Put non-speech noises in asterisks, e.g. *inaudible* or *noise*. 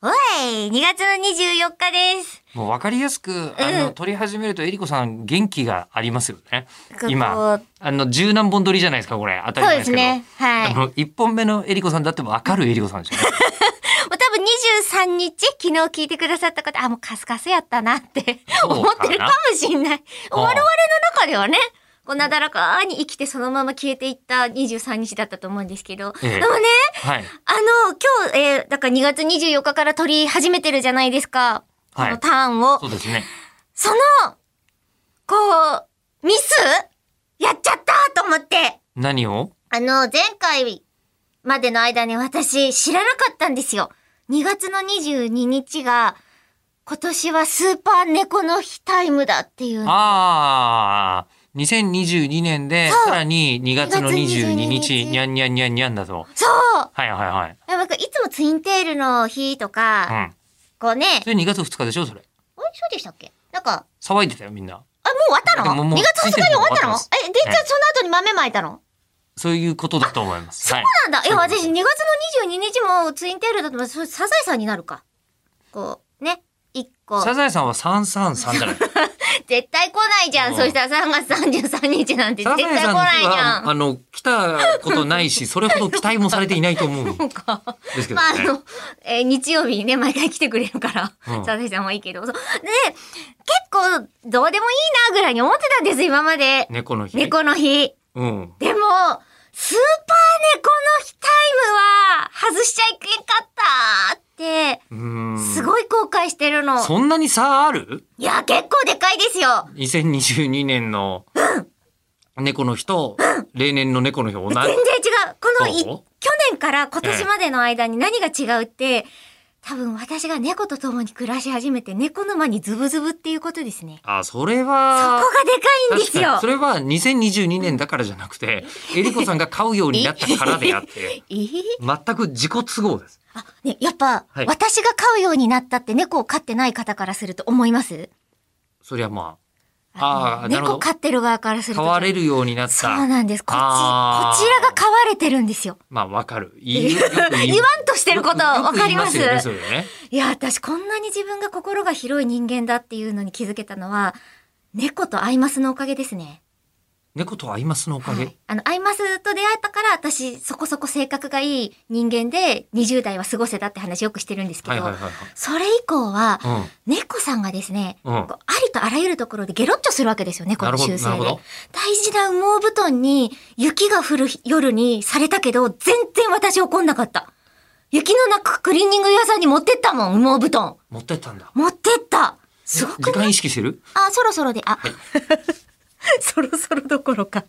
はい、2月の24日です。もう分かりやすく、あの、撮り始めると、えりこさん、元気がありますよね。こ今う、あの、十何本撮りじゃないですか、これ。当たりそう前でですすけど。ね。はい。 *laughs* あもうの、一本目のえりこさんだって分かるえり *laughs* こさんでしょうね。多分23日、昨日聞いてくださった方、あ、もうカスカスやったなってそうかな思ってるかもしんない。ああ我々の中ではね、こうなだらかに生きてそのまま消えていった23日だったと思うんですけど、ええでもね、はい。あの、今日、えーだから2月24日から撮り始めてるじゃないですか。こはいのターンを。そうですね。その、こう、ミスやっちゃったと思って。何をあの、前回までの間に私知らなかったんですよ。2月の22日が、今年はスーパー猫の日タイムだっていうの。ああ、2022年で、そうさらに2月の22 22日日、にゃんにゃんにゃんにゃんだと。そうはいはいはい。いや僕いつもツインテールの日とか、うん。こうね、それ2月2日でしょ、それ。あれそうでしたっけなんか、騒いでたよ、みんな。あ、もう終わったでものも ?2 う月2日に終わったのツイえ、で、じゃあええその後に豆まいたのそういうことだと思います。はい。そうなんだ。いや、そういうこと私2月の22日もツインテールだと思って、それサザエさんになるか。こう、ね。一個。サザエさんは333じゃない。絶対来ないじゃ。うんんそしたら3月33日なんてサ絶ザ対来ないエさんじの日ゃん。は、あの、来たことないし、それほど期待もされていないと思うんでそうか。す *laughs* けどまあ、あね。の、えー日曜日にね、毎回来てくれるから、うんサザエさんはいいけど。そうで、結構、どうでもいいな、ぐらいに思ってたんです、今まで。猫の日。猫の日。うん。でも、スーパー猫の日タイムは、外しちゃいけんかったって、うーん。すごい後悔してるの。そんなに差あるいや、結構でかいですよ。 2022年の猫の日と例年の猫の日同じ全然違う。このい、どう去年から今年までの間に何が違うって、多分私が猫と共に暮らし始めて猫沼にズブズブっていうことですね。あそれそこがはでかいんです確かによそ。れは2022年だからじゃなくてえりこさんが飼うようになったからであってえー全く自己都合ですあ、ね、やっぱ、はい私が飼うようになったって猫を飼ってない方からすると思いますそりゃまああーなるほ猫ど飼ってる側からする飼と。われるようになっそうたなんです。こち、こあーちらが飼われてるんですよ。まあわかる *laughs* 言言わんとしてることわかりますよく言いますよねそれねいや、私こんなに自分が心が広い人間だっていうのに気づけたのは、猫とアイマスのおかげですね。猫とアイマスのおかはげ、い。あの、アイマスと出会ったから、私そこそこ性格がいい人間で、20代は過ごせたって話よくしてるんですけはい、ど、はいはいはいそれ以降は、うん猫さんがですね、うんこうありとあらゆるところでゲロッチョするわけですよね、こなのるほど習性なでるほど。大事な羽毛布団に雪が降る夜にされたけど、全然私怒んなかった。雪の中クリーニング屋さんに持ってったもん、羽毛布団。持ってったんだ持ってった。すご時くない間意識してる *laughs* あ、そろそろで、あ、そろそろどころか。